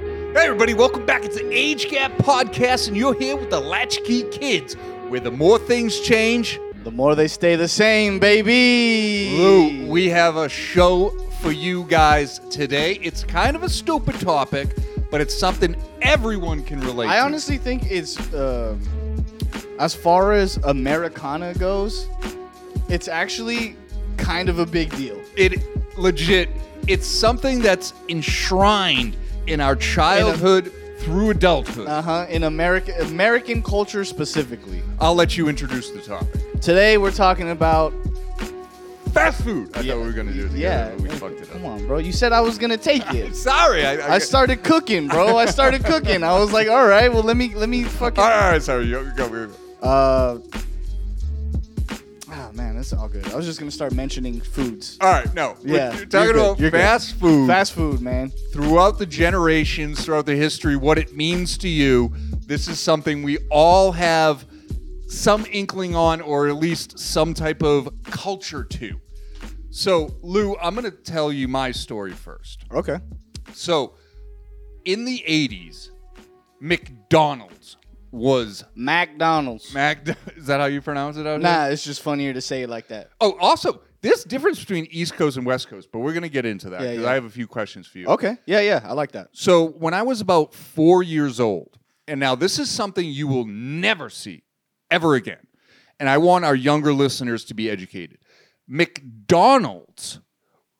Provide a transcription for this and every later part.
Hey, everybody, welcome back. It's the Age Gap Podcast, and you're here with the Latchkey Kids, where the more things change, The more they stay the same, baby. Lou, we have a show for you guys today. It's kind of a stupid topic, but it's something everyone can relate I to. honestly think it's um, as far as Americana goes, it's actually kind of a big deal. it legit, it's something that's enshrined in our childhood through adulthood. Uh huh. In America, American culture specifically. I'll let you introduce the topic. Today we're talking about. Fast food. I thought we were going to do it together, Yeah. but we fucked it up. Come on, bro. You said I was gonna take it. Sorry. I, I started cooking, bro. I started cooking. I was like, all right, well, let me let me fucking. All right, all right, sorry. You you go. you go. Uh, ah, man, that's all good. I was just gonna start mentioning foods. All right, no. We're Yeah, talking you're good, about you're good. fast food Fast food, man. throughout the generations, throughout the history, what it means to you. This is something we all have some inkling on, or at least some type of culture to. So, Lou, I'm going to tell you my story first. Okay. So, in the 80s, McDonald's was McDonald's. Mac. Is that how you pronounce it out here? Nah, it's just funnier to say it like that. Oh, also, this difference between East Coast and West Coast, but we're going to get into that Yeah, because yeah. I have a few questions for you. Okay. Yeah, yeah, I like that. So when I was about four years old, and now this is something you will never see ever again, and I want our younger listeners to be educated. McDonald's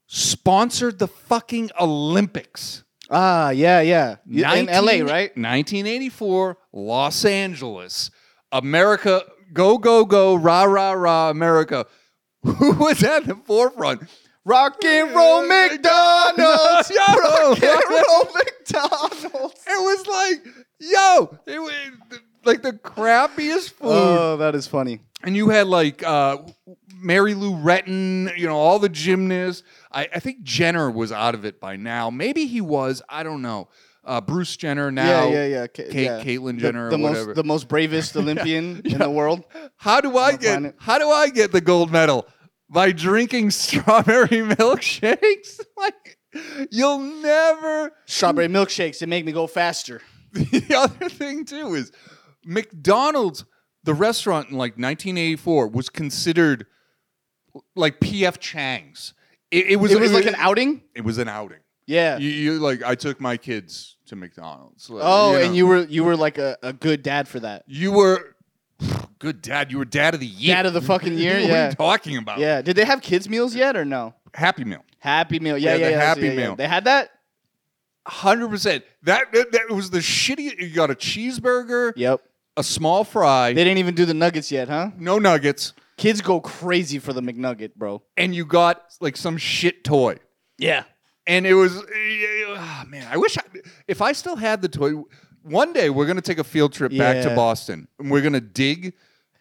sponsored the fucking Olympics. Ah, yeah, yeah. You- In 19 LA, right? 1984, Los Angeles, America, go, go, go, rah, rah, rah, America. Who was at the forefront? Rock and roll McDonald's. Yeah, bro. Rock and roll McDonald's. It was like, yo, it was like the crappiest food. Oh, that is funny. and you had like uh, Mary Lou Retton, you know, all the gymnasts. I, I think Jenner was out of it by now. Maybe he was. I don't know. Uh, Bruce Jenner now. yeah, yeah, yeah. Ka- Kate, yeah. Caitlyn The- Jenner, the, or whatever. most the most bravest Olympian in the world. how do I the get? planet. How do I get the gold medal by drinking strawberry milkshakes? like, you'll never. Strawberry milkshakes, they make me go faster. the other thing too is McDonald's, the restaurant in like 1984 was considered like PF Chang's. It, it was It was like an outing? it was an outing. Yeah. You, you like I took my kids to McDonald's. like, Oh, and know. you were you were like a, a good dad for that. you were good dad. You were dad of the year. Dad of the fucking year, what are yeah. you talking about? Yeah. Did they have kids meals yet or no? Happy Meal. Happy meal. Yeah, had yeah, the yeah, that's- Happy yeah, yeah. Meal. They had that? Hundred percent. That, that that was the shitty. You got a cheeseburger, Yep. a small fry, They didn't even do the nuggets yet, huh? no nuggets, Kids go crazy for the McNugget, bro. and you got like some shit toy. Yeah. and it was eh, ah, man i wish I, if i still had the toy one day we're going to take a field trip back to Yeah. boston and we're going to dig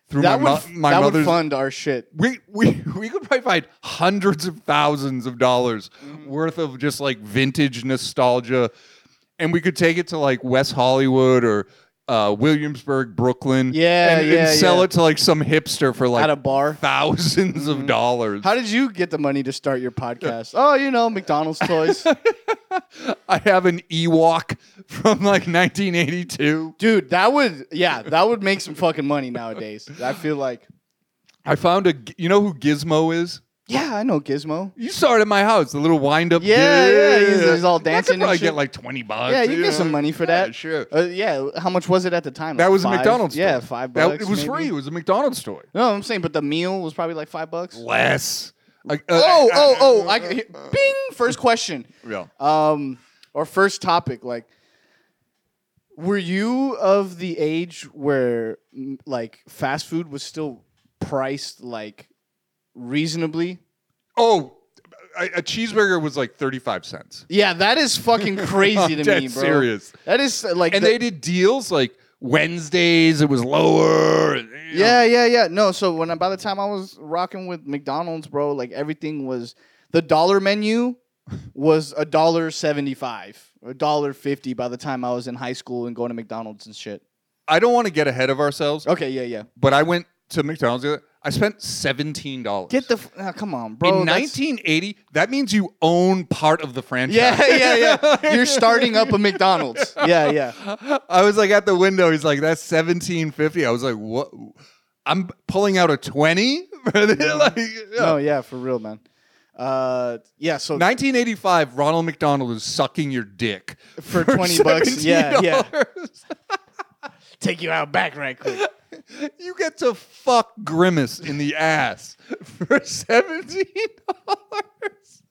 through That my, would mo- my that would mother's fund our shit. we, we, we could probably find hundreds of thousands of dollars Mm-hmm. worth of just like vintage nostalgia and we could take it to like west hollywood or uh, williamsburg brooklyn Yeah, and, yeah, and sell yeah. it to like some hipster for like At a bar. Mm-hmm. 1000s of dollars How did you get the money to start your podcast? Oh, you know, McDonald's toys. i have an ewok from like 1982 Dude, that would yeah, that would make some fucking money nowadays. I feel like I found a. You know who Gizmo is? Yeah, I know Gizmo. You saw it at my house. The little wind up. Yeah, yeah, he's- he's all I dancing could and probably shit. get like twenty bucks. Yeah, you can know? get some money for Yeah, that. sure. Uh, yeah, how much was it at the time? That Like was a five? McDonald's. Yeah, toy. five That- bucks. it was maybe? free. It was a McDonald's toy. No, I'm saying, but the meal was probably like five bucks. Less. Like, uh, oh, uh, oh, oh! uh, I, he- bing. First question, yeah. um, or first topic. Like, were you of the age where mm, like fast food was still priced like reasonably? Oh, a, a cheeseburger was like thirty-five cents. Yeah, that is fucking crazy to Dead me, bro. serious. That is uh, like And the- they did deals like Wednesdays. It was lower. and, you know. Yeah, yeah, yeah. No, so when I- by the time I was rocking with McDonald's, bro, like everything was the dollar menu was a dollar seventy five, a dollar fifty by the time I was in high school and going to McDonald's and shit. I don't want to get ahead of ourselves, Oh. Okay, yeah, yeah. but I went to McDonald's. the other- I spent seventeen dollars. Get the f- oh, come on, bro. in that's- 1980, that means you own part of the franchise. Yeah, yeah, yeah. You're starting up a McDonald's. Yeah, yeah. I was like at the window. He's like, "That's 1750." I was like, "What? I'm pulling out a 20." like, No, yeah, for real, man. Uh, yeah. So 1985, Ronald McDonald is sucking your dick for twenty bucks, yeah, yeah. $17. Take you out back right quick. You get to fuck Grimace in the ass for 17 dollars.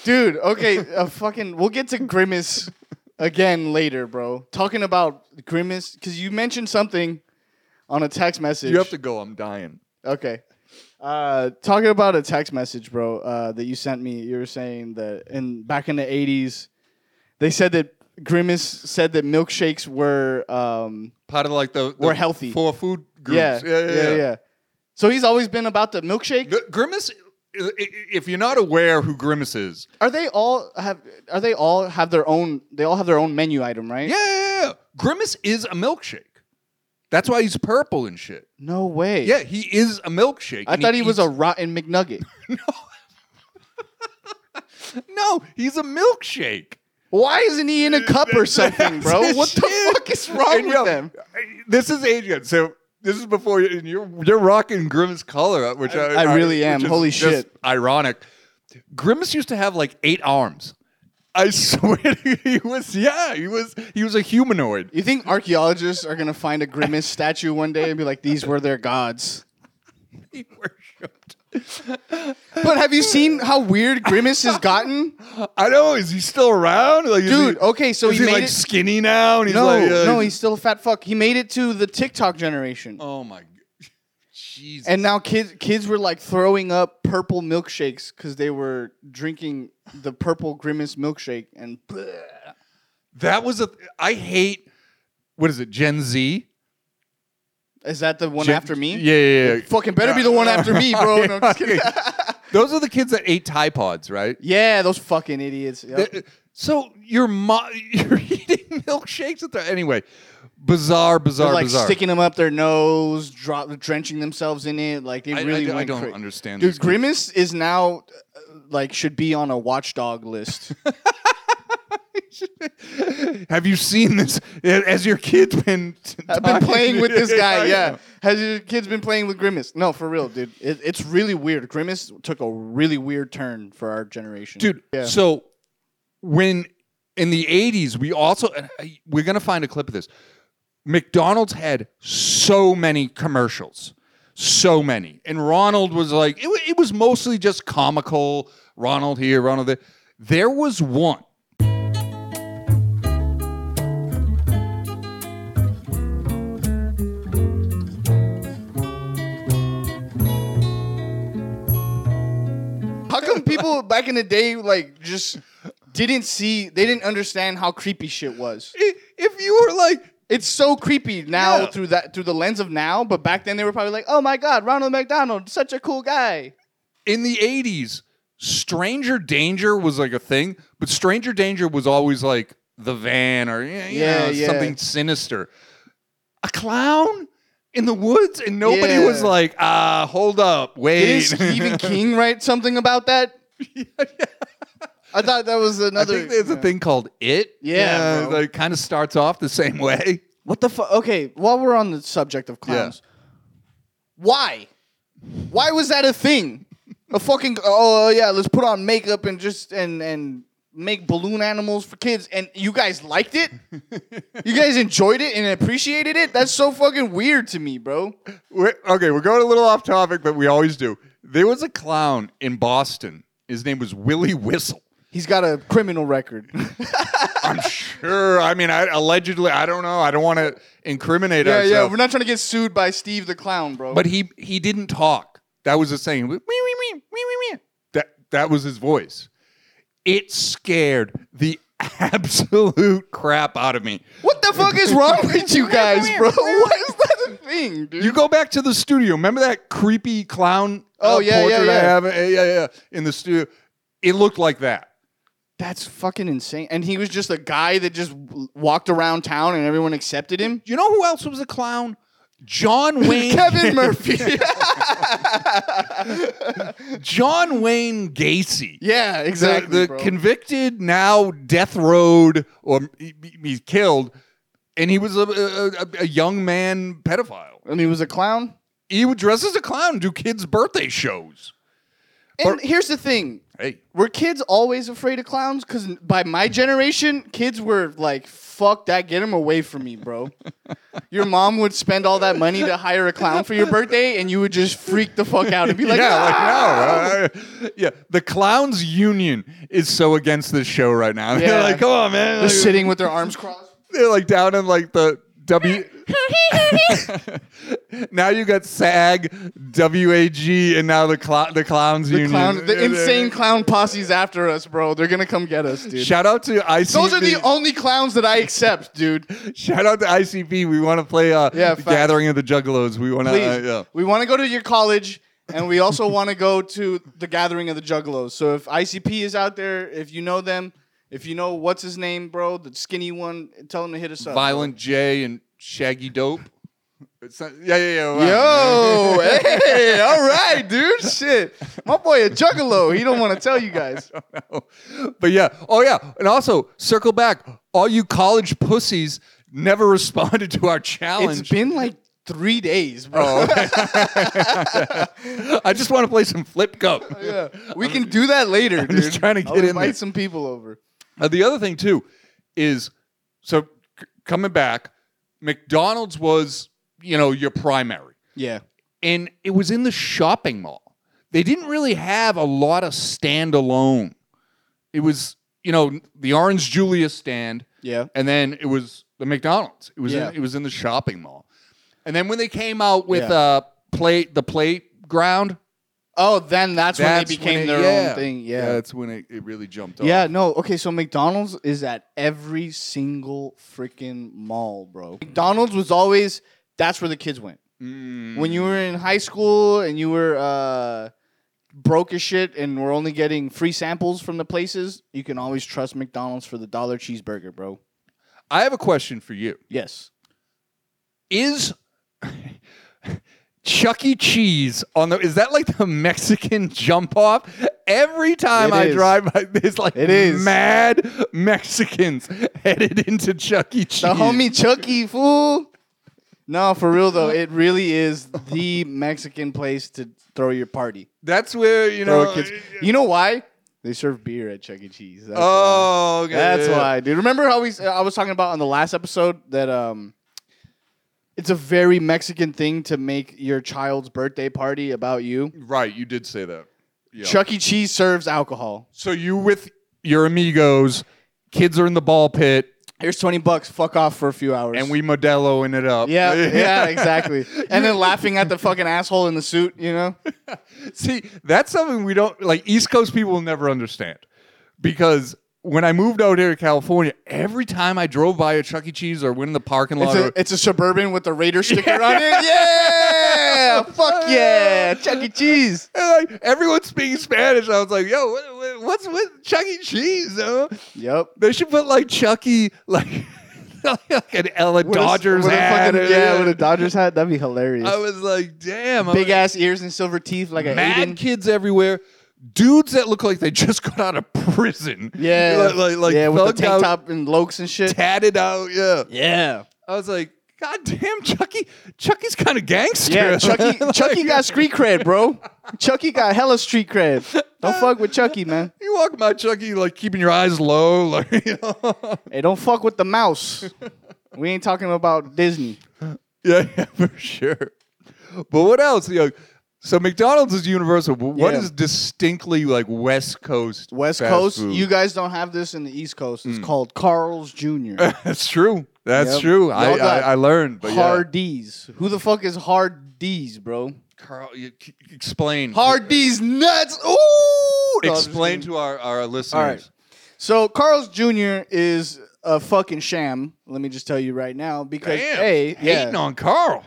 Dude, okay, uh, fucking we'll get to Grimace again later, bro. Talking about Grimace cuz you mentioned something on a text message. You have to go. I'm dying. Okay. Uh, talking about a text message, bro, uh, that you sent me. You were saying that in back in the 80s they said that Grimace said that milkshakes were um, Part of like the, the We're healthy. for food groups. yeah, So he's always been about the milkshake. The- Grimace. i- i- If you're not aware who Grimace is, Are they all have? Are they all have their own? They all have their own menu item, right? Yeah, yeah, yeah. Grimace is a milkshake. That's why he's purple and shit. No way. Yeah, he is a milkshake. I and thought he, was eats- a rotten McNugget. No, he's a milkshake. Why isn't he in a cup or something, bro? That's What the shit. fuck is wrong And with yo, them? I- This is Adrian. So this is before you- and you're you're rocking Grimace color, uh, which I, I really am. which is Holy just shit. Ironic. Grimace used to have like eight arms. I swear to you, he was yeah, he was he was a humanoid. You think archaeologists are gonna find a grimace statue one day and be like, "These were their gods"? He worshipped. But have you seen how weird grimace has gotten, I know. Is he still around? Like, is dude? he- Okay, so is he he made like it. skinny now? And he's no, like, uh, no, he's still a fat fuck. He made it to the TikTok generation, Oh my, g- Jesus! and now kids kids were like throwing up purple milkshakes because they were drinking the purple grimace milkshake and. that was a. I hate. What is it? Gen Z. Is that the one Gen- after me? Yeah, yeah, yeah. Fucking better be the one after me, bro. No, I'm just kidding. Those are the kids that ate Tide Pods, right? yeah, those fucking idiots. Yep. Th- So you're mo- you're eating milkshakes at the anyway. Bizarre, bizarre, They're like bizarre. sticking them up their nose, drop, drenching themselves in it. Like they I, I really d- I went don't cra- understand. Dude, these kids. Grimace is now uh, like should be on a watchdog list. Have you seen this? Has your kid been? I've been playing with this guy. Yeah, has your kids been playing with Grimace? No, for real, dude. It, it's really weird. Grimace took a really weird turn for our generation, dude. Yeah. So when in the '80s, we also and I- we're gonna find a clip of this. McDonald's had so many commercials, so many, and Ronald was like, it, wa- it was mostly just comical. Ronald here, Ronald there. There was one. How come people back in the day like just didn't see? They didn't understand how creepy shit was. I- If you were like, It's so creepy now Yeah. through that through the lens of now, but back then they were probably like, "Oh my god, Ronald McDonald, such a cool guy." in the 80s, Stranger Danger was like a thing, but Stranger Danger was always like the van or yeah, you Yeah, know, yeah. something sinister. A clown in the woods, and nobody was Yeah. like, ah, hold up, Didn't wait. Stephen King write something about that? I thought that was I another. think there's a yeah. thing called It. Yeah, bro. like kind of starts off the same way. What the fuck? Okay, while we're on the subject of clowns, why? Why was that a thing? A fucking oh yeah, let's put on makeup and just and and make balloon animals for kids. And you guys liked it? you guys enjoyed it and appreciated it? That's so fucking weird to me, bro. We're, okay, we're going a little off topic, but we always do. There was a clown in Boston. His name was Willie Whistle. He's got a criminal record. I'm sure. I mean, I, allegedly, I don't know. I don't want to incriminate yeah, yeah. ourselves. We're not trying to get sued by Steve the clown, bro. but he he didn't talk. That was his saying. Wee, wee, wee, wee, wee, wee. That that was his voice. It scared the absolute crap out of me. what the fuck is wrong with you guys, bro? What is that a thing, dude? You go back to the studio. Remember that creepy clown? uh, Oh, yeah, yeah, portrait I yeah. have. Uh, yeah, yeah. In the studio, it looked like that. That's fucking insane. And he was just a guy that just w- walked around town and everyone accepted him. You know who else was a clown? John Wayne Kevin Murphy. John Wayne Gacy. yeah, The, exactly. the bro. convicted now death road or he, he- he's killed and he was a, a, a- a young man pedophile. and he was a clown. He would dress as a clown and do kids birthday shows. And here's the thing: Hey, were kids always afraid of clowns? Because by my generation, kids were like, "Fuck that, get him away from me, bro." Your mom would spend all that money to hire a clown for your birthday, and you would just freak the fuck out and be like, yeah, "Ah!" like no, uh, yeah. The clowns union is so against this show right now. They're Yeah. like, come on, man. They're Like, sitting with their arms crossed. they're like down in like the W. now you got SAG, WAG, and now the cl- the clowns The union. clown, the insane clown posse's after us, bro. They're gonna come get us, dude. Shout out to ICP. Those are the only clowns that I accept, dude. Uh, Shout out to ICP. We want to play uh, Yeah, the facts. Gathering of the Juggalos. We want to. Please, Uh, yeah. we want to go to your college, and we also want to go to the gathering of the Juggalos. So if ICP is out there, if you know them, if you know what's his name, bro, the skinny one, tell him to hit us up. Violent J and Shaggy Dope. It's not, yeah, yeah, yeah. wow. Yo, hey, all right, dude. Shit, my boy a juggalo. He don't want to tell you guys. But yeah, oh yeah, and also circle back. All you college pussies never responded to our challenge. Oh. It's been like three days, bro. I just want to play some flip cup. Yeah, we can do that later, dude. just trying to I'll get in invite there. some people over. Uh, the other thing too is so c- coming back, McDonald's was you know your primary, Yeah, and it was in the shopping mall. They didn't really have a lot of standalone. It was you know the Orange Julius stand, yeah. and then it was the McDonald's. It was Yeah. in, it was in the shopping mall, and then when they came out with Yeah. uh plate the playground, Oh, then that's, when that's they became it- their yeah. own thing. that's when it, it really jumped. Yeah, no. Okay, so McDonald's is at every single freaking mall, bro. McDonald's was always that's where the kids went. When you were in high school and you were uh, broke as shit and were only getting free samples from the places, you can always trust McDonald's for the dollar cheeseburger, bro. I have a question for you. Yes. is Chuck E. Cheese on the is that like the Mexican jump off? Every time It I is. drive by there's like It is. mad Mexicans headed into Chuck E. Cheese. The homie Chucky, fool. No, for real though, it really is the Mexican place to throw your party. That's where, you Throw know. a kids. You know why? They serve beer at Chuck E. Cheese. That's why. oh, okay. That's why, dude. Remember how we uh, I was talking about on the last episode that um it's a very Mexican thing to make your child's birthday party about you. Right, you did say that. Yeah. Chuck E. Cheese serves alcohol. so you with your amigos, kids are in the ball pit, Here's 20 bucks. Fuck off for a few hours. and we modelloing it up. Yeah, yeah, exactly. And then laughing at the fucking asshole in the suit, you know? See, that's something we don't like. East Coast people will never understand because when I moved out here to California, every time I drove by a Chuck E. Cheese or went in the parking It's lot, a, or, it's a suburban with the Raider sticker on it. Yeah! Fuck yeah! Chuck E. Cheese. and, like, everyone speaking Spanish, I was like, "Yo, what, what, what's with Chuck E. Cheese?" Though? Yep. They should put like Chuck E. like like an Ella With a- Dodgers with a hat. fucking- yeah, with a Dodgers hat. That'd be hilarious. I was like, "Damn, I'm Big ass ears and silver teeth like a mad Aiden. kids everywhere." Dudes that look like they just got out of prison. Yeah, Like, like, like yeah, with the thugged tank out, top and lokes and shit. tatted out. Yeah. Yeah, I was like, God damn, Chucky. Chucky's kind of gangster. yeah. Chucky, Like, Chucky E got street cred, bro. Chucky got hella street cred. Don't fuck with Chucky, man. You walk by Chucky, like keeping your eyes low. Like, you know. Hey, don't fuck with the mouse. We ain't talking about Disney. yeah, yeah, for sure. But what else? You know, so McDonald's is universal. But what Yeah. is distinctly like West Coast? West fast Coast, food? Mm. you guys don't have this in the East Coast. It's called Carl's Jr. That's true. That's Yep. true. I, Y'all I got I learned. But Hard D's. Who the fuck is Hard D's, bro? yeah, Carl, you, c- explain. Hard D's nuts. Ooh. No, I'm just Explain kidding. to our our listeners. So Carl's Jr. is a fucking sham. Let me just tell you right now because Damn, hey, hating yeah. on Carl.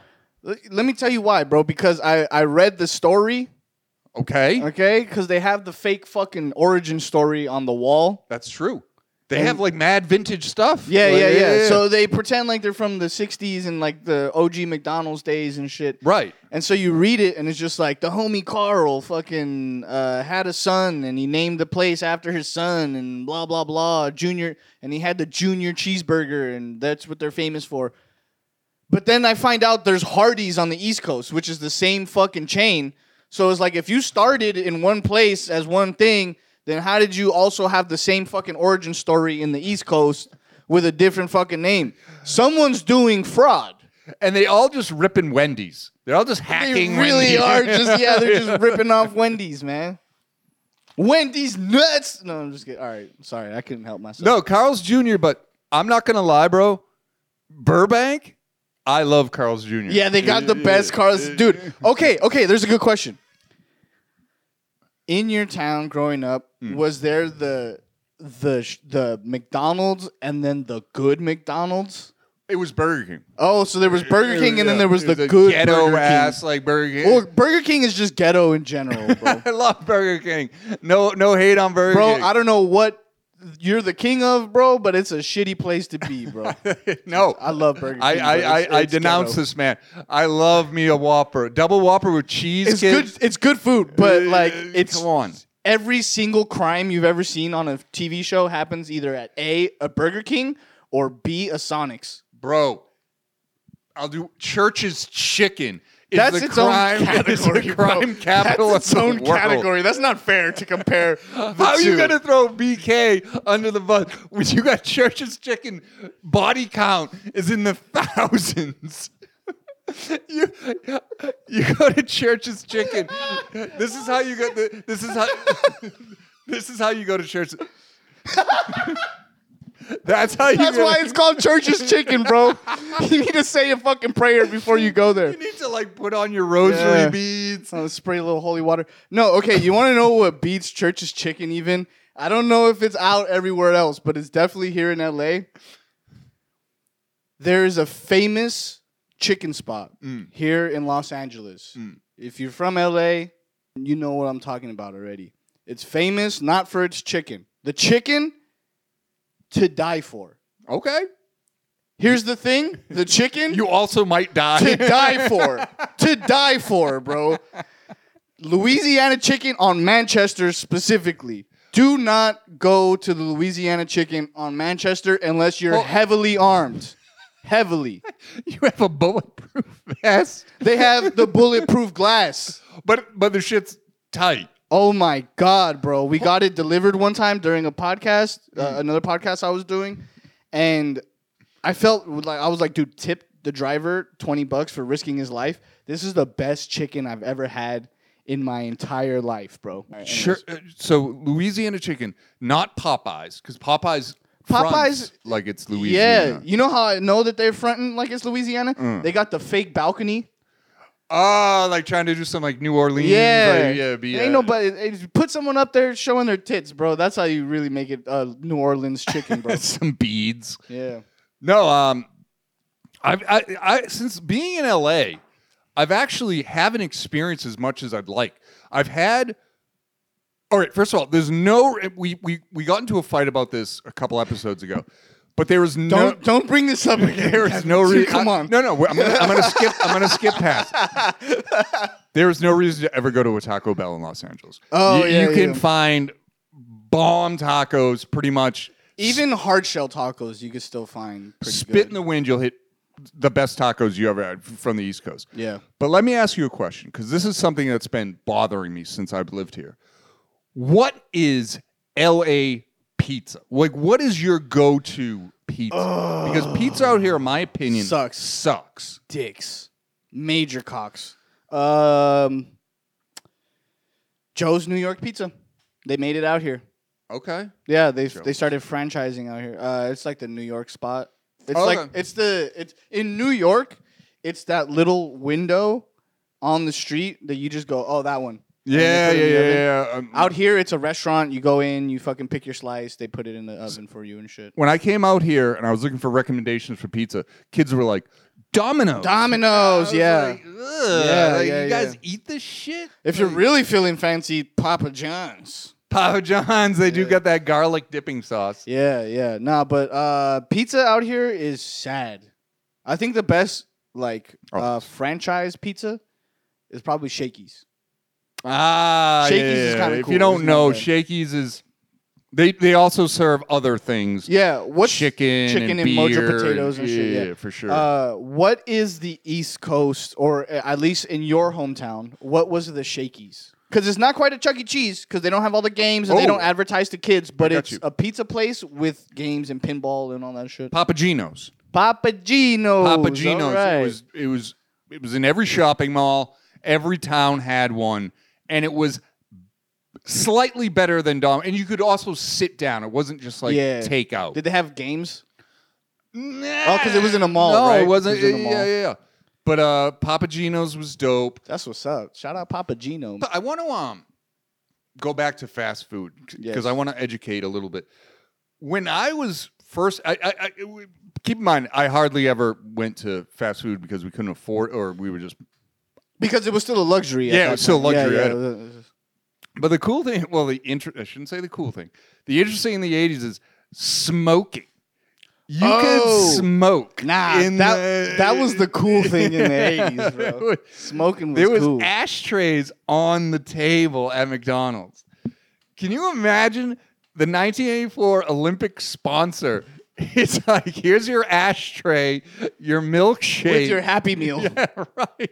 L- Let me tell you why, bro. Because I I read the story, Okay, okay? Because they have the fake fucking origin story on the wall. that's true. They have like mad vintage stuff. Yeah, Like, yeah, yeah, So they pretend like they're from the '60s and like the OG McDonald's days and shit. right. And so you read it, and it's just like the homie Carl fucking uh, had a son, and he named the place after his son, and blah blah blah. Junior, and he had the junior cheeseburger, and that's what they're famous for. But then I find out there's Hardee's on the East Coast, which is the same fucking chain. So it's like if you started in one place as one thing, then how did you also have the same fucking origin story in the East Coast with a different fucking name? Someone's doing fraud. And they all just ripping Wendy's. They're all just They hacking. really Wendy's. are just yeah, they're just ripping off Wendy's, man. Wendy's nuts. No, I'm just kidding. All right, sorry, I couldn't help myself. No, Carl's Jr. But I'm not gonna lie, bro. Burbank, I love Carl's Jr. Yeah, they got the best cars, dude. Okay, okay. There's a good question. In your town, growing up, was there the the sh- the McDonald's and then the good McDonald's? It was Burger King. Oh, so there was Burger King and then there was It the a good ghetto Burger ass like Burger King. King. Well, Burger King is just ghetto in general, bro. I love Burger King. No, no hate on Burger bro. King. I don't know what you're the king of, bro, but it's a shitty place to be, bro. no, I love Burger King. I but I, it's- I, I it's denounce ghetto. this man. I love me a Whopper, double Whopper with cheese. It's kids. good. It's good food, but like it's come on. every single crime you've ever seen on a TV show happens either at a a Burger King or b a Sonic's. bro. I'll do church's chicken. Is That's the its crime, own category. Is the bro. crime capital That's its of the own world. category. That's not fair to compare. The How are you two. gonna throw BK under the bus when you got church's chicken? Body count is in the thousands. you you go to church's chicken. This is how you get the. This is how. this is how you go to church. That's how you. That's go why to- it's called Church's Chicken, bro. you need to say a fucking prayer before you go there. You need to like put on your rosary Yeah. beads. Oh, spray a little holy water. No, okay. You want to know what beats Church's Chicken? Even I don't know if it's out everywhere else, but it's definitely here in L.A. There is a famous chicken spot here in Los Angeles. If you're from L.A., you know what I'm talking about already. It's famous not for its chicken. The chicken to die for. Okay. Here's the thing: the chicken You also might die. to die for. to die for, bro. Louisiana chicken on Manchester specifically. Do not go to the Louisiana chicken on Manchester unless you're Well- heavily armed. Heavily. you have a bulletproof vest, They have the bulletproof glass. but but the shit's tight. Oh my god, bro. We got it delivered one time during a podcast, Mm. uh, another podcast I was doing, and I felt like I was like, dude, tip the driver 20 bucks for risking his life. This is the best chicken I've ever had in my entire life, bro. Sure. uh, So Louisiana chicken, not Popeyes, because Popeyes. Popeyes- fronts like it's Yeah, Louisiana. Mm. you know how I know that they're fronting like it's Louisiana? They got the fake balcony. Ah, like trying to do some like New Orleans. Yeah, like, yeah. Be, ain't uh, nobody. it- put someone up there showing their tits, bro. That's how you really make it uh, New Orleans chicken, bro. some beads. yeah. No. Um. I've I, I since being in LA, I've actually haven't experienced as much as I'd like. I've had. All right. First of all, there's no. We we we got into a fight about this a couple episodes ago, but there was no. Don't don't bring this up again. There is Kevin. no Dude, reason. Come on. No, no. we're- I'm gonna, I'm gonna skip. I'm gonna skip past. There is no reason to ever go to a Taco Bell in Los Angeles. Oh, you, yeah, you yeah. can find bomb tacos pretty much. Even hard shell tacos, you could still find pretty Spit good. in the wind, you'll hit the best tacos you ever had f- from the East Coast. yeah. But let me ask you a question because this is something that's been bothering me since I've lived here. What is LA pizza? Like, what is your go to pizza? because pizza out here, in my opinion, Sucks. Sucks. Dicks. Major cocks. Um, Joe's New York Pizza. They made it out here. Okay. Yeah, they they started franchising out here. Uh, it's like the New York spot. It's Oh, like okay. it's the it's in New York. It's that little window on the street that you just go, oh, that one. And they Yeah, put it yeah, in the yeah, oven. yeah. Um, Out here, it's a restaurant. You go in, you fucking pick your slice. They put it in the oven for you and shit. when I came out here and I was looking for recommendations for pizza, kids were like, Domino's. I Domino's, was yeah. like, "Ugh, Yeah, like, yeah, you guys yeah. eat this shit? if you're Like, really feeling fancy, Papa John's. Papa John's, they do got that garlic dipping sauce. Yeah, yeah. Nah, but uh, pizza out here is sad. I think the best like Oh. uh, franchise pizza is probably Shakey's. Ah, Shakey's yeah, is yeah, kinda If cool, you don't isn't it? know, Yeah. Shakey's is they they also serve other things. Yeah, what's chicken, chicken and, and mojo beer potatoes and shit, yeah. for sure. Uh, what is the East Coast, or a- at least in your hometown, what was the Shakey's? Because it's not quite a Chuck E. Cheese, because they don't have all the games and they Oh. don't advertise to kids, but got it's you. a pizza place with games and pinball and all that shit. Papaginos. Papagino's. Papaginos. all Oh, right. It was it was it was in every shopping mall. Every town had one, and it was slightly better than Dom. And you could also sit down. It wasn't just like Yeah. takeout. Did they have games? Nah. 'cause it was in a mall, No, right? it wasn't. It was in yeah, a mall. yeah, yeah. But uh, Papaginos was dope. That's what's up. Shout out Papagino. But I want to um go back to fast food because Yes. I want to educate a little bit. When I was first, I, I, I w- keep in mind I hardly ever went to fast food because we couldn't afford, or we were just. Because it was still a luxury. at Yeah, it that was still a time. luxury Yeah, item. yeah, it was- But the cool thing, well, the inter, I shouldn't say the cool thing. The interesting in the '80s is smoking. You Oh. could smoke. Nah, in that the- that was the cool thing in the eighties, It bro. was- Smoking was, There was cool. ashtrays on the table at McDonald's. Can you imagine the 1984 Olympic sponsor? It's like, here's your ashtray, your milkshake. with your Happy Meal. yeah, right.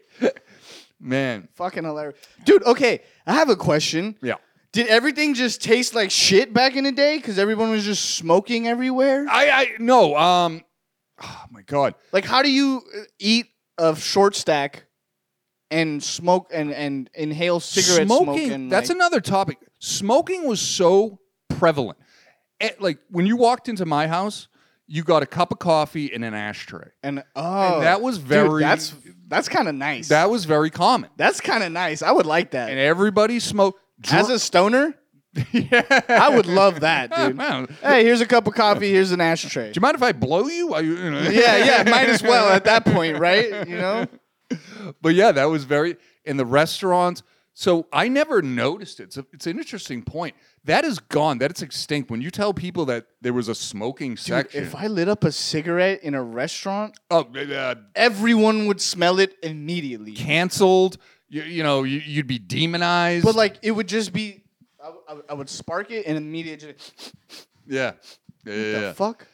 Man. Fucking hilarious, dude. Okay, I have a question. Yeah. Did everything just taste like shit back in the day? Because everyone was just smoking everywhere. I I no, um oh my god. Like, how do you uh, eat a short stack and smoke and and inhale cigarette smoking. smoke? And, that's like, another topic. Smoking was so prevalent. Eh, like when you walked into my house, you got a cup of coffee and an ashtray. and oh, and that was dude, very- that's that's kind of nice. That was very common. that's kind of nice. I would like that. and everybody smoked. As a stoner, yeah. I would love that, Yeah, dude. man. Do hey, here's a cup of coffee. Here's an ashtray. you mind if I blow you? I, you know. yeah, yeah. Might as well at that point, right? You know. But yeah, that was very in the restaurants. So I never noticed it. So it's an interesting point. That is gone. That is extinct. When you tell people that there was a smoking Dude, section, if I lit up a cigarette in a restaurant, oh, uh, everyone would smell it immediately. canceled. You, you know, you, you'd be demonized. But like, it would just be, I, w- I w- I would spark it and immediately. Just, yeah, yeah. the yeah. fuck.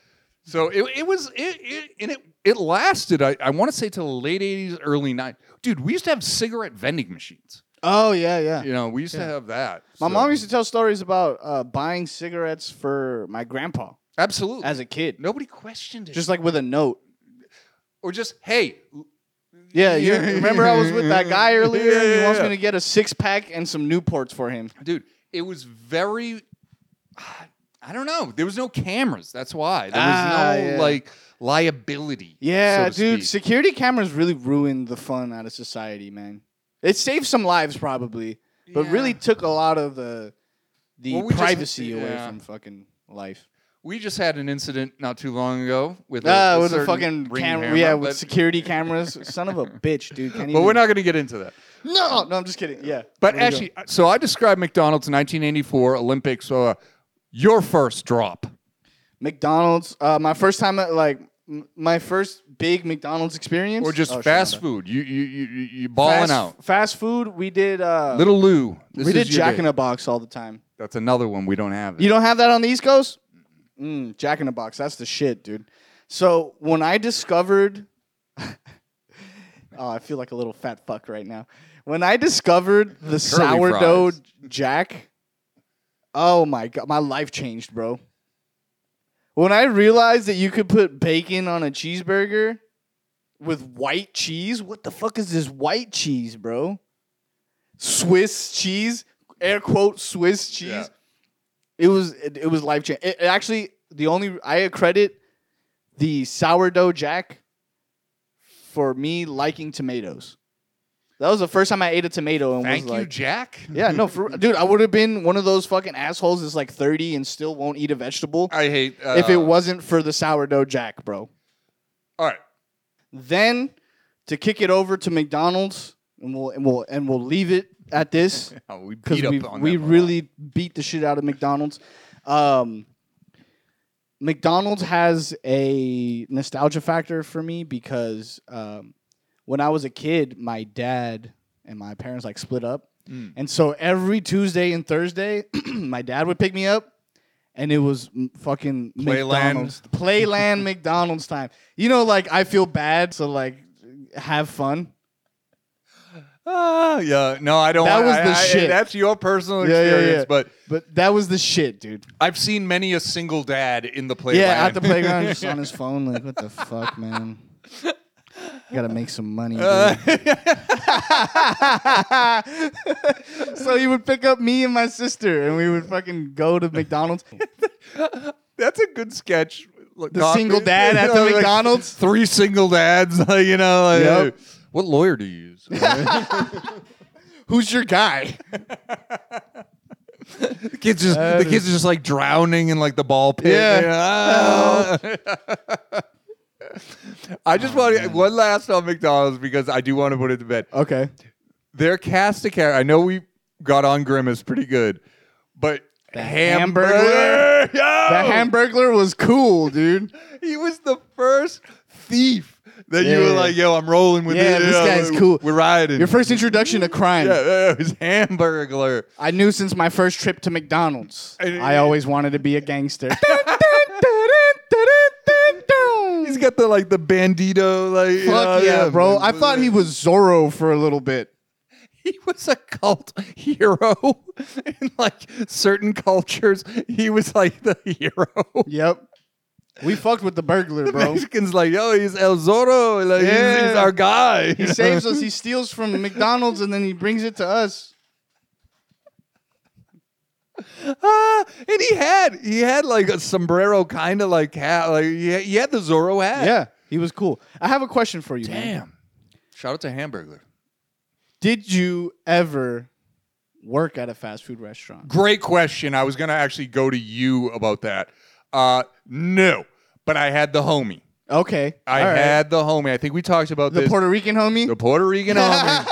So it, it was it, it and it it lasted. I, I want to say till the late '80s, early '90s. Dude, we used to have cigarette vending machines. Oh yeah, yeah. You know, we used to Yeah. have that. My so- mom used to tell stories about uh, buying cigarettes for my grandpa absolutely as a kid, nobody questioned it. just like with a note. or just hey, l- Yeah, you Yeah. remember I was with that guy earlier. Yeah, he yeah, wants yeah. me to get a six pack and some Newports for him. dude, it was very. I don't know. There was no cameras. That's why there was Ah, no yeah. like liability. Yeah, so to dude, speak. security cameras really ruined the fun out of society, man. It saved some lives probably, but Yeah. really took a lot of the the Well, we just- privacy away yeah. from fucking life. we just had an incident not too long ago with a, Ah, a with the certain fucking ring camera, camera, yeah, with but, security cameras. Son of a bitch, dude. Can't but even- we're not going to get into that. No, no, I'm just kidding. Yeah, But There you go. actually, uh, so I described McDonald's 1984 Olympics. Uh, your first drop. McDonald's. Uh, my first time at like m- my first big McDonald's experience, Or just Oh, shit, my fast bad. food. You you you you- you balling Fast- out. Fast food. We did. Uh, Little Lou. This we is did your Jack day. in a Box all the time. That's another one we don't have. You don't have that on the East Coast? Mm, Jack in the Box. That's the shit, dude. So when I discovered. oh, I feel like a little fat fuck right now. When I discovered the sourdough fries. Jack, oh my God, my life changed, bro. When I realized that you could put bacon on a cheeseburger with white cheese, what the fuck is this white cheese, bro? Swiss cheese, air quote Swiss cheese. Yeah. It was it, it was life changing. It, it actually the only I accredit the sourdough jack for me liking tomatoes. That was the first time I ate a tomato and Thank was you, like, Jack. yeah, no, for, dude, I would have been one of those fucking assholes that's like 30 and still won't eat a vegetable I hate. Uh, if it wasn't for the sourdough jack, bro. all right. Then to kick it over to McDonald's and we'll and we'll and we'll leave it at this Oh, we because beat up we, on we them a lot. really beat the shit out of McDonald's. Um, McDonald's has a nostalgia factor for me because um, when I was a kid, my dad and my parents like split up, Mm. and so every Tuesday and Thursday, my dad would pick me up. And it was m- fucking Playland. McDonald's, Playland McDonald's time. You know, like I feel bad, so like have fun. Ah, yeah. No, I don't. That want- was the I- I- shit. That's your personal Yeah, yeah, experience, yeah. but But that was the shit, dude. I've seen many a single dad in the playland. Yeah, at the playground, just on his phone, like, what the fuck, man? Gotta make some money. Uh, Dude. so he would pick up me and my sister, and we would fucking go to McDonald's. that's a good sketch. Look, The Coffee- single dad at you the like, McDonald's? three single dads. Like, you know, like, Yep. what lawyer do you use? the Who's your guy? kids just That the kids are just like drowning in like the ball pit. Yeah. You know, ah. I just want to, one last on McDonald's because I do want to put it to bed. Okay. their cast of characters. I know we got on Grimace pretty good, but the Hamburglar? The Hamburglar was cool, dude. he was the first thief that Yeah, you were yeah. like, "Yo, I'm rolling with Yeah, it. this guy's we're- cool." We're riding." Your first introduction to crime. yeah, yeah, it was Hamburglar. I knew since my first trip to McDonald's, And- I always wanted to be a gangster. He's got the like the bandito like. you know, Fuck yeah, bro. I man. thought he was Zorro for a little bit. he was a cult hero in like certain cultures. He was like the hero. Yep. We fucked with the burglar, bro. Mexicans like, yo, he's El Zorro. Like, he's, he's Yeah. our guy. He saves us. He steals from McDonald's and then he brings it to us. Ah, and he had he had like a sombrero kind of like hat. Like he had, he had the Zorro hat. Yeah, he was cool. I have a question for you. man. Damn. Shout out to Hamburglar. Did you ever work at a fast food restaurant? Great question. I was gonna actually go to you about that. Uh, no, but I had the homie. Okay. I all right. had the homie. I think we talked about the this. Puerto Rican homie, the Puerto Rican homie.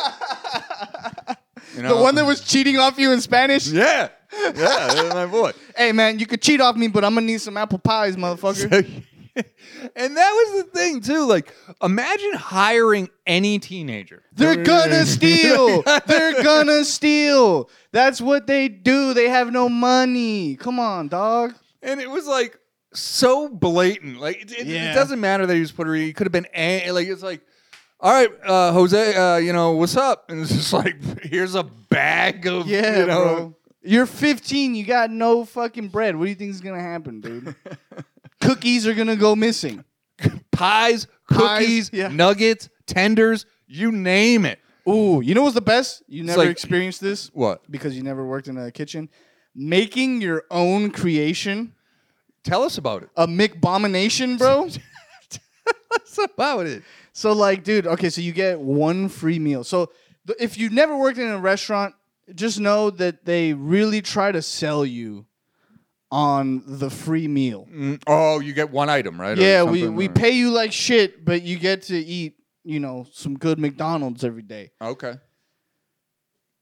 You the know? one that was cheating off you in Spanish. Yeah, yeah, that's my boy. Hey man, you could cheat off me, but I'm gonna need some apple pies, motherfucker. and that was the thing too. Like, imagine hiring any teenager. They're gonna steal. They're gonna steal. That's what they do. They have no money. Come on, dog. and it was like so blatant. Like it, it, Yeah. it doesn't matter that he was Puerto Rican. He could have been a- like it's like, all right, uh, Jose, uh, you know what's up? And it's just like here's a bag of Yeah, you know, bro. You're 15. You got no fucking bread. What do you think is gonna happen, dude? Cookies are gonna go missing. pies, Pies, cookies, yeah. nuggets, tenders, you name it. Ooh, you know what's the best? You never like- experienced this What? because you never worked in a kitchen. Making your own creation, Tell us about it. a McBomination, bro. What's about it? So like, dude, okay, so you get one free meal. So th- if you've never worked in a restaurant, just know that they really try to sell you on the free meal. Mm, oh, you get one item, right? Or yeah, we something, we or- pay you like shit, but you get to eat, you know, some good McDonald's every day. Okay,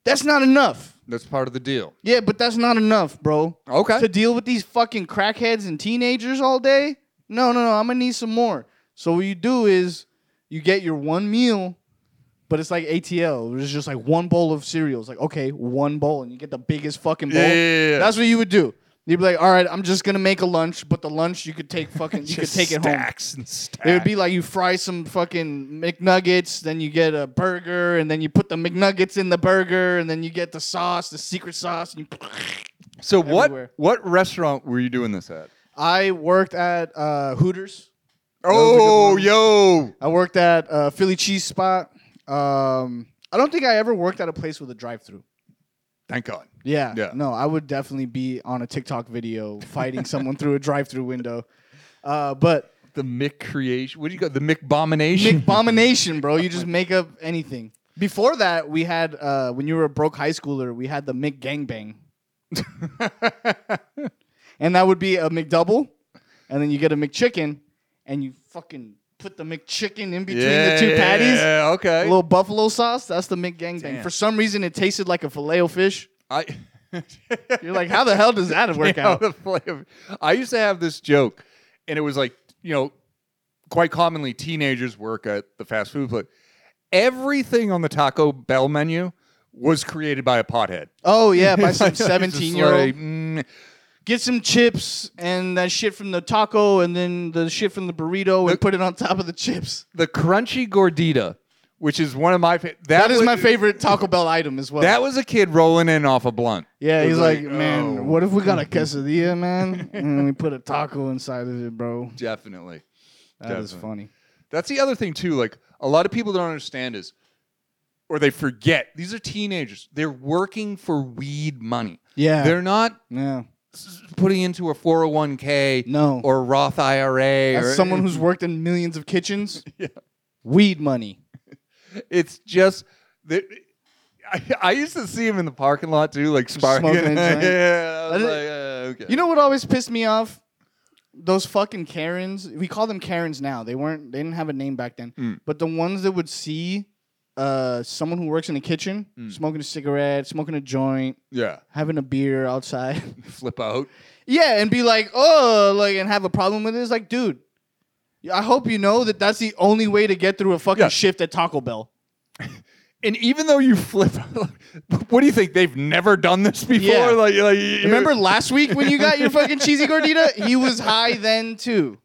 That's not enough. that's part of the deal. Yeah, but that's not enough, bro. Okay, To deal with these fucking crackheads and teenagers all day? No, no, no. I'm gonna need some more. So what you do is you get your one meal, but it's like ATL. It's just like one bowl of cereal. It's like okay, one bowl, and you get the biggest fucking bowl. Yeah, yeah, yeah, yeah. That's what you would do. You'd be like, all right, I'm just gonna make a lunch, but the lunch you could take fucking, you could Just take it home. stacks and stacks. It would be like you fry some fucking McNuggets, then you get a burger, and then you put the McNuggets in the burger, and then you get the sauce, the secret sauce, and you so. What everywhere. what restaurant were you doing this at? I worked at uh, Hooters. was a good Oh, one. yo. I worked at uh, Philly Cheese Spot. Um, I don't think I ever worked at a place with a drive-through. Thank God. Yeah, Yeah. No, I would definitely be on a TikTok video fighting someone through a drive-through window. Uh, but The Mick creation. What do you got? The Mick bomination. McBomination, bro, you just make up anything. Before that, we had uh, when you were a broke high schooler, we had the Mick Gangbang, and that would be a McDouble, and then you get a McChicken, and you fucking put the McChicken in between the two patties. Yeah, okay. A little buffalo sauce. That's the McGangbang. Damn. For some reason, it tasted like a filet o fish. I You're like, how the hell does that work You know, out? the flavor. I used to have this joke, and it was like, you know, quite commonly teenagers work at the fast food place. Everything on the Taco Bell menu was created by a pothead. Oh yeah, by some It's just 17 year old. like, mm, Get some chips and that shit from the taco, and then the shit from the burrito, and put it on top of the chips. the crunchy gordita, which is one of my fa- That is was- my favorite Taco Bell item as well. That was a kid rolling in off a blunt. yeah, It he's was like, like, man, oh. what if we got a quesadilla, man, and we put a taco inside of it, bro? Definitely. That is Definitely. funny. That's the other thing too. Like a lot of people don't understand is, or they forget. These are teenagers. They're working for weed money. Yeah, They're not yeah. s- putting into a 401k No, or Roth IRA as or someone who's worked in millions of kitchens, Yeah. weed money. it's just that I, I used to see him in the parking lot too, like sparking. smoking a joint. yeah, I was I like, uh, okay. You know what always pissed me off? Those fucking Karens. We call them Karens now. They weren't. They didn't have a name back then. Mm. But the ones that would see uh, someone who works in the kitchen Mm. smoking a cigarette, smoking a joint, yeah, having a beer outside, flip out. yeah, and be like, oh, like, and have a problem with it. It's like, dude, I hope you know that that's the only way to get through a fucking Yeah. shift at Taco Bell. And even though you flip out, what do you think? They've never done this before. Yeah. Like, like you- Remember last week when you got your fucking cheesy gordita? He was high then too.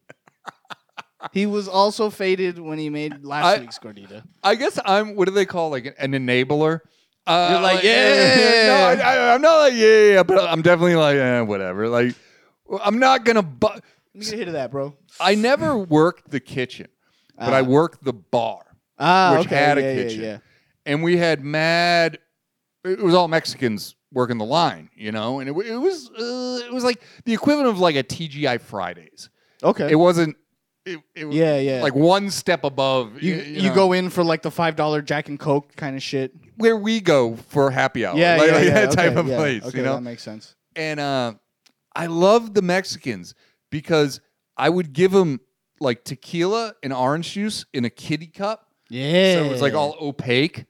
He was also faded when he made last I- week's gordita. I guess I'm. What do they call like an enabler? Uh, You're like, eh, yeah. No, I, I, I'm not like yeah, yeah, yeah, but I'm definitely like eh, whatever. Like I'm not gonna. Bu- Let me get a hit of that, bro. I never worked the kitchen, but I Ah. worked the bar, Ah, Which okay. had a yeah, yeah, kitchen. Yeah, and we had mad. It was all Mexicans working the line, you know, and it, w- it was uh, it was like the equivalent of like a TGI Fridays. Okay. It wasn't. It, it was yeah, yeah. like one step above. you, y- you, know. go in for like the five dollar Jack and Coke kind of shit. where we go for happy hour. Yeah, Oh, like, yeah, like yeah, that okay, type of yeah, place, Okay, you know. that makes sense. and uh, I love the Mexicans because I would give them like tequila and orange juice in a kitty cup, Yeah. so it was like all Eh. opaque.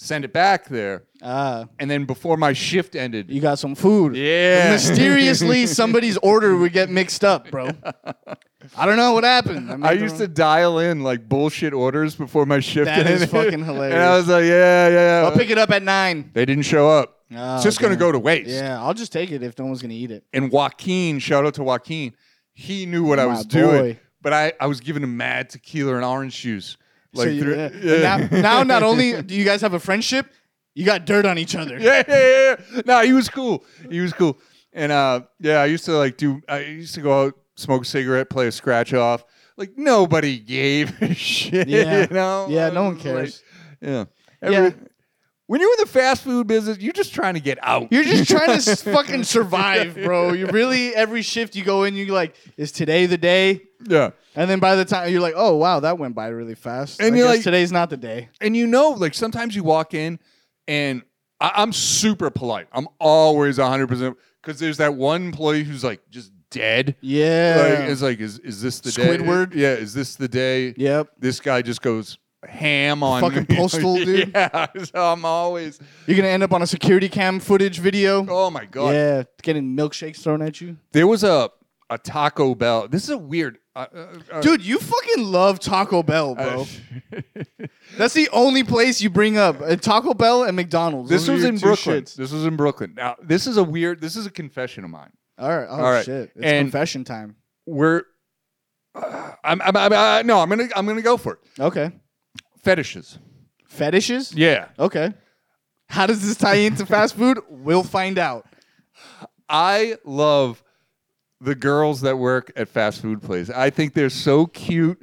Send it back there, Ah, and then before my shift ended, you got some food. yeah, Mysteriously, somebody's order would get mixed up, bro. I don't know what happened. made I the used wrong- to dial in like bullshit orders before my shift That ended. is fucking And I hilarious. was like, yeah, yeah. I'll pick it up at nine. they didn't show up. Oh, it's just going to damn. go to waste. Yeah, I'll just take it if no one's gonna eat it. and Joaquin, shout out to Joaquin, he knew what I My was doing. boy. But I, I was giving him mad tequila and orange juice. So Like you- through, yeah. yeah. And Now, now, not only do you guys have a friendship, you got dirt on each other. yeah, yeah, yeah. No, he was cool. He was cool. And uh, yeah, I used to like do. I used to go out, smoke a cigarette, play a scratch off. Like nobody gave a shit. Yeah. you know? Yeah, I no was one just like- cares. yeah. Yeah. Every- When you're in the fast food business, you're just trying to get out. You're just trying to s- fucking survive, bro. You really every shift you go in, you like, is today the day? yeah. And then by the time you're like, oh wow, that went by really fast. And I you're guess like- today's not the day. and you know, like sometimes you walk in and I, I'm super polite. I'm always 100% because there's that one employee who's like just dead. Yeah. Like, it's like, is, is this the Squidward? day? Yeah, is this the day? yep. This guy just goes ham on Fucking postal dude. Yeah, so I'm always, You're gonna end up on a security cam footage video. oh my God. Yeah, getting milkshakes thrown at you. There was a, a Taco Bell. This is a weird. Uh, uh, uh, Dude, you fucking love Taco Bell, bro. uh, That's the only place you bring up uh, Taco Bell and McDonald's. this Those are was your in two Brooklyn. shits. This was in Brooklyn. Now, this is a weird, this is a confession of mine. All right. Oh All right. shit. It's And- confession time. we're uh, I'm, I'm, I'm I, no I'm gonna I'm gonna go for it. Okay. Fetishes. Fetishes? Yeah. Okay. How does this tie into fast food? We'll find out. I love the girls that work at fast food places. I think they're so cute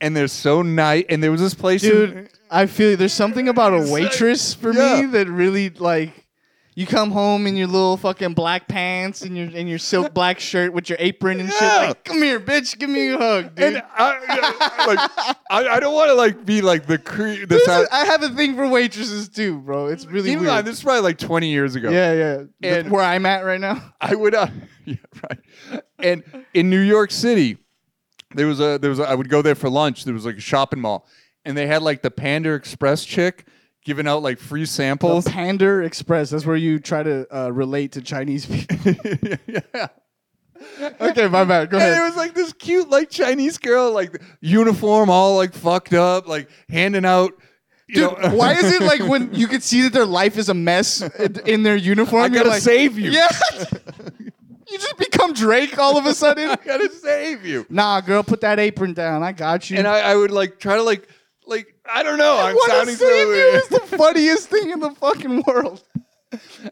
and they're so nice. And there was this place, in- Dude, I feel you. there's something about It's a like- waitress for yeah. me that really like you come home in your little fucking black pants and your and your silk black shirt with your apron and shit. Yeah. Like, come here, bitch, give me a hug, dude. and I, like, I, I don't want to like be like the cre- the This sound. is- I have a thing for waitresses too, bro. It's really Keep in weird. mind, this is probably like 20 years ago. yeah, yeah. The- And- where I'm at right now. I would, uh, yeah, right. And in New York City, there was a there was a, I would go there for lunch. There was like a shopping mall, and they had like the Panda Express chick giving out like free samples. The Pander Express. That's where you try to uh, relate to Chinese people. yeah. okay, my bad. Go And there was like this cute like Chinese girl, like uniform all like fucked up, like handing out. You Dude, know, why is it like when you can see that their life is a mess in in their uniform? I you're gotta like, save you. Yeah. you just become Drake all of a sudden. I gotta save you. nah, girl, put that apron down. I got you. And I, I would like try to like like I don't know. I'm What sounding save you so is the funniest thing in the fucking world.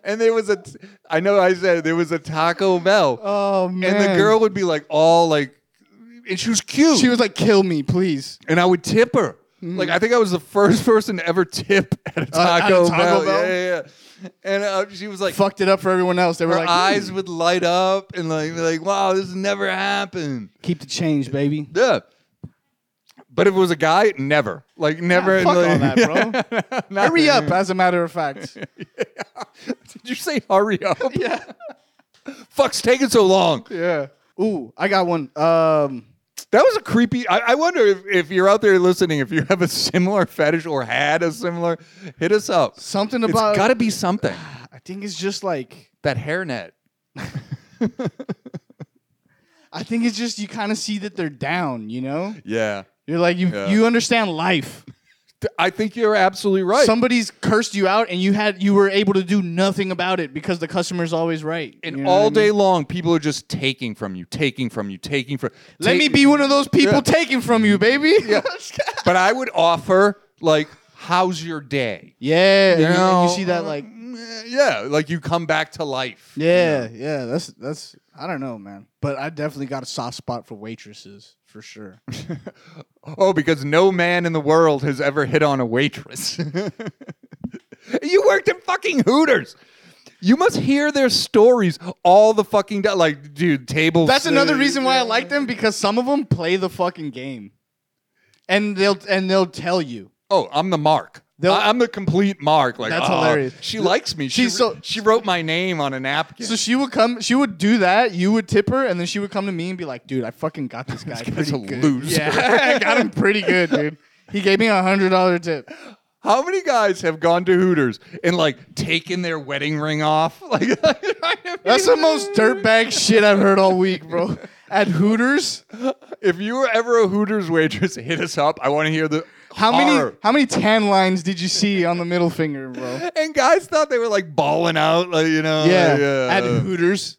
And there was a, t- I know I said it, there was a Taco Bell, Oh man. and the girl would be like all like, and she was cute. she was like, "Kill me, please." and I would tip her. Like I think I was the first person to ever tip at a Uh, at a Taco, Taco Bell. Bell? Yeah, yeah, yeah. And uh, she was like, Fucked it up for everyone else. They were her like, eyes "Hmm, would light up and like be like, wow, this never happened. "Keep the change, baby." Yeah. But if it was a guy, never. Like never. fuck all like- that, Not Hurry really. up, as a matter of fact. Did you say hurry up? yeah. Fuck's taking so long. Yeah. Ooh, I got one. Um, That was a creepy. I, I wonder if, if you're out there listening, if you have a similar fetish or had a similar, hit us up. something It's about. got to be something. I think it's just like. That hairnet. I think it's just you kind of see that they're down. You know, Yeah. you're like you Yeah. you understand life. Th- I think you're absolutely right. Somebody's cursed you out, and you had you were able to do nothing about it because the customer's always right. and You know what all I mean? day long, people are just taking from you, taking from you, taking from. Let take- me be one of those people Yeah. taken from you, baby. Yeah. But I would offer like, "How's your day?" yeah. and you- and you see that uh, like yeah, like you come back to life. Yeah, yeah, that's that's I don't know, man. But I definitely got a soft spot for waitresses for sure. Oh, because no man in the world has ever hit on a waitress. you worked in fucking Hooters. You must hear their stories all the fucking day. Like, dude, tables. That's another reason why I like them because some of them play the fucking game. And they'll and they'll tell you. Oh, I'm the mark. They'll- I- I'm the complete mark. Like, That's oh, hilarious. She likes me. She, She's so- she wrote my name on a napkin. So she would come, she would do that. You would tip her, and then she would come to me and be like, "Dude, I fucking got this guy guy's pretty a good. loser. Yeah, I got him pretty good, dude. He gave me a hundred dollar tip. How many guys have gone to Hooters and like taken their wedding ring off? Like, That's the most dirtbag shit I've heard all week, bro. At Hooters, If you were ever a Hooters waitress, hit us up. I want to hear the how many horror. how many tan lines did you see on the middle finger, bro? And guys thought they were like balling out, like you know. yeah, like, at uh, Hooters.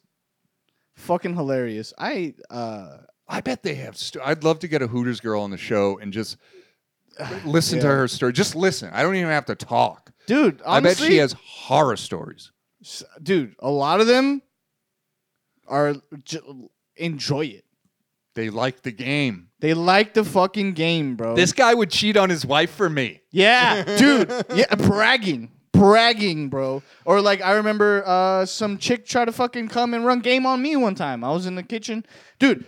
Fucking hilarious. I uh I bet they have. St- I'd love to get a Hooters girl on the show and just uh, listen to her story. Just listen. I don't even have to talk. dude, honestly, I bet she has horror stories. s- dude, a lot of them are j- enjoy it. They like the game. They like the fucking game, bro. This guy would cheat on his wife for me. Yeah, dude. Yeah, bragging. Bragging, bro. Or like I remember uh some chick try to fucking come and run game on me one time. I was in the kitchen. Dude,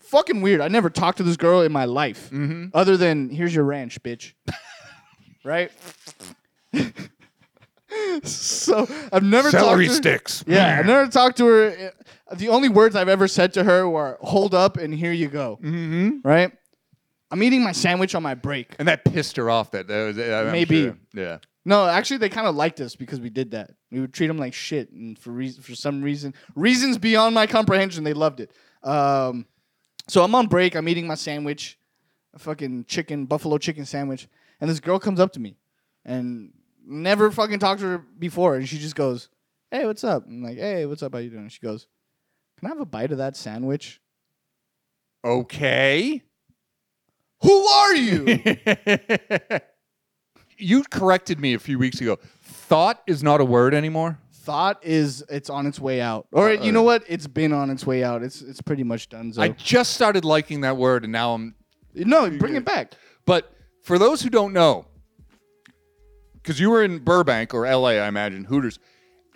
fucking weird. I never talked to this girl in my life. Mm-hmm. Other than here's your ranch, bitch. right? so I've never Celery talked to sticks. Yeah, I never talked to her. uh, The only words I've ever said to her were hold up and here you go. Mm-hmm. Right? I'm eating my sandwich on my break. And that pissed her off. That, that was, I'm Maybe. sure. Yeah. No, actually, they kind of liked us because we did that. We would treat them like shit, and for reas for some reason, reasons beyond my comprehension, they loved it. Um, so I'm on break. I'm eating my sandwich, a fucking chicken buffalo chicken sandwich, and this girl comes up to me, and never fucking talked to her before, and she just goes, "Hey, what's up?" I'm like, "Hey, what's up? How you doing?" She goes, "Can I have a bite of that sandwich?" Okay. Who are you? you corrected me a few weeks ago. Thought is not a word anymore. Thought is it's on its way out, or you know what? It's been on its way out. It's it's pretty much done. So I just started liking that word, and now I'm. no, bring it back. But for those who don't know, because you were in Burbank or LA, I imagine Hooters.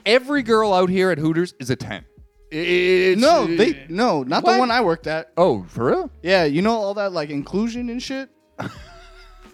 Every girl out here at Hooters is a ten. It's- No, they no, not What? the one I worked at. Oh, for real? Yeah, you know all that like inclusion and shit.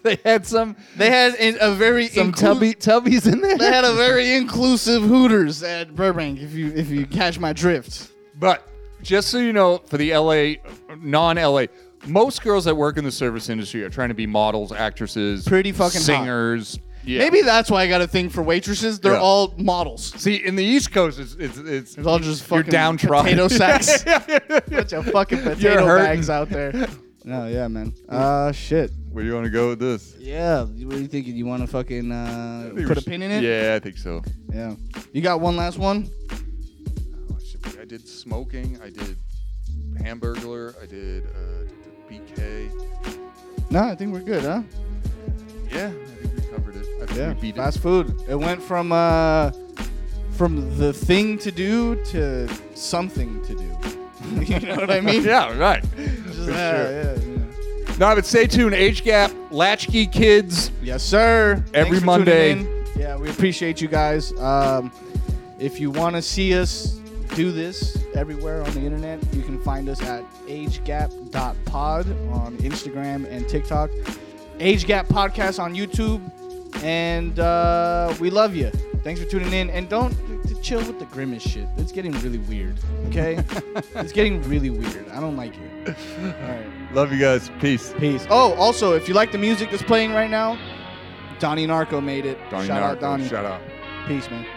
They had some They had in- a very some inclu- tubby tubbies in They there. had a very inclusive Hooters at Burbank. If you if you catch my drift, But just so you know, for the LA non LA, Most girls that work in the service industry are trying to be models, actresses, Pretty fucking hot. singers. Yeah. Maybe that's why I got a thing for waitresses. They're Yeah. all models. See, in the East Coast, it's it's it's It's all just You're fucking downtrodden. potato sacks. Bunch of fucking potato hurting. bags out there. No, yeah, man. Uh, shit. where do you want to go with this? Yeah. What do you think? You want to fucking I uh, think put we a should- pin in it? Yeah, I think so. Yeah. You got one last one? Oh, shit, wait, I did smoking. I did Hamburglar. I did uh, d- d- BK. No, I think we're good, huh? Yeah, I think we covered it. I think Yeah. we beat Fast it. food. It went from uh, from the thing to do to something to do. you know what I mean? yeah, right. Just, For uh, sure. yeah, yeah. No, but stay tuned. H Gap, Latchkey Kids. Yes, sir. Every Thanks for Monday. tuning in. Yeah, we appreciate you guys. Um, if you want to see us do this everywhere on the internet, you can find us at agegap.pod on Instagram and TikTok, Age Gap Podcast on YouTube, and uh, we love you. Thanks for tuning in, and don't t- chill with the grimace shit. It's getting really weird. Okay, it's getting really weird. I don't like it. All right. Love you guys. Peace. Peace. Oh, also, if you like the music that's playing right now, Donnie Narco made it. Donnie Shout Narco, out Donnie. Shout out. Peace, man.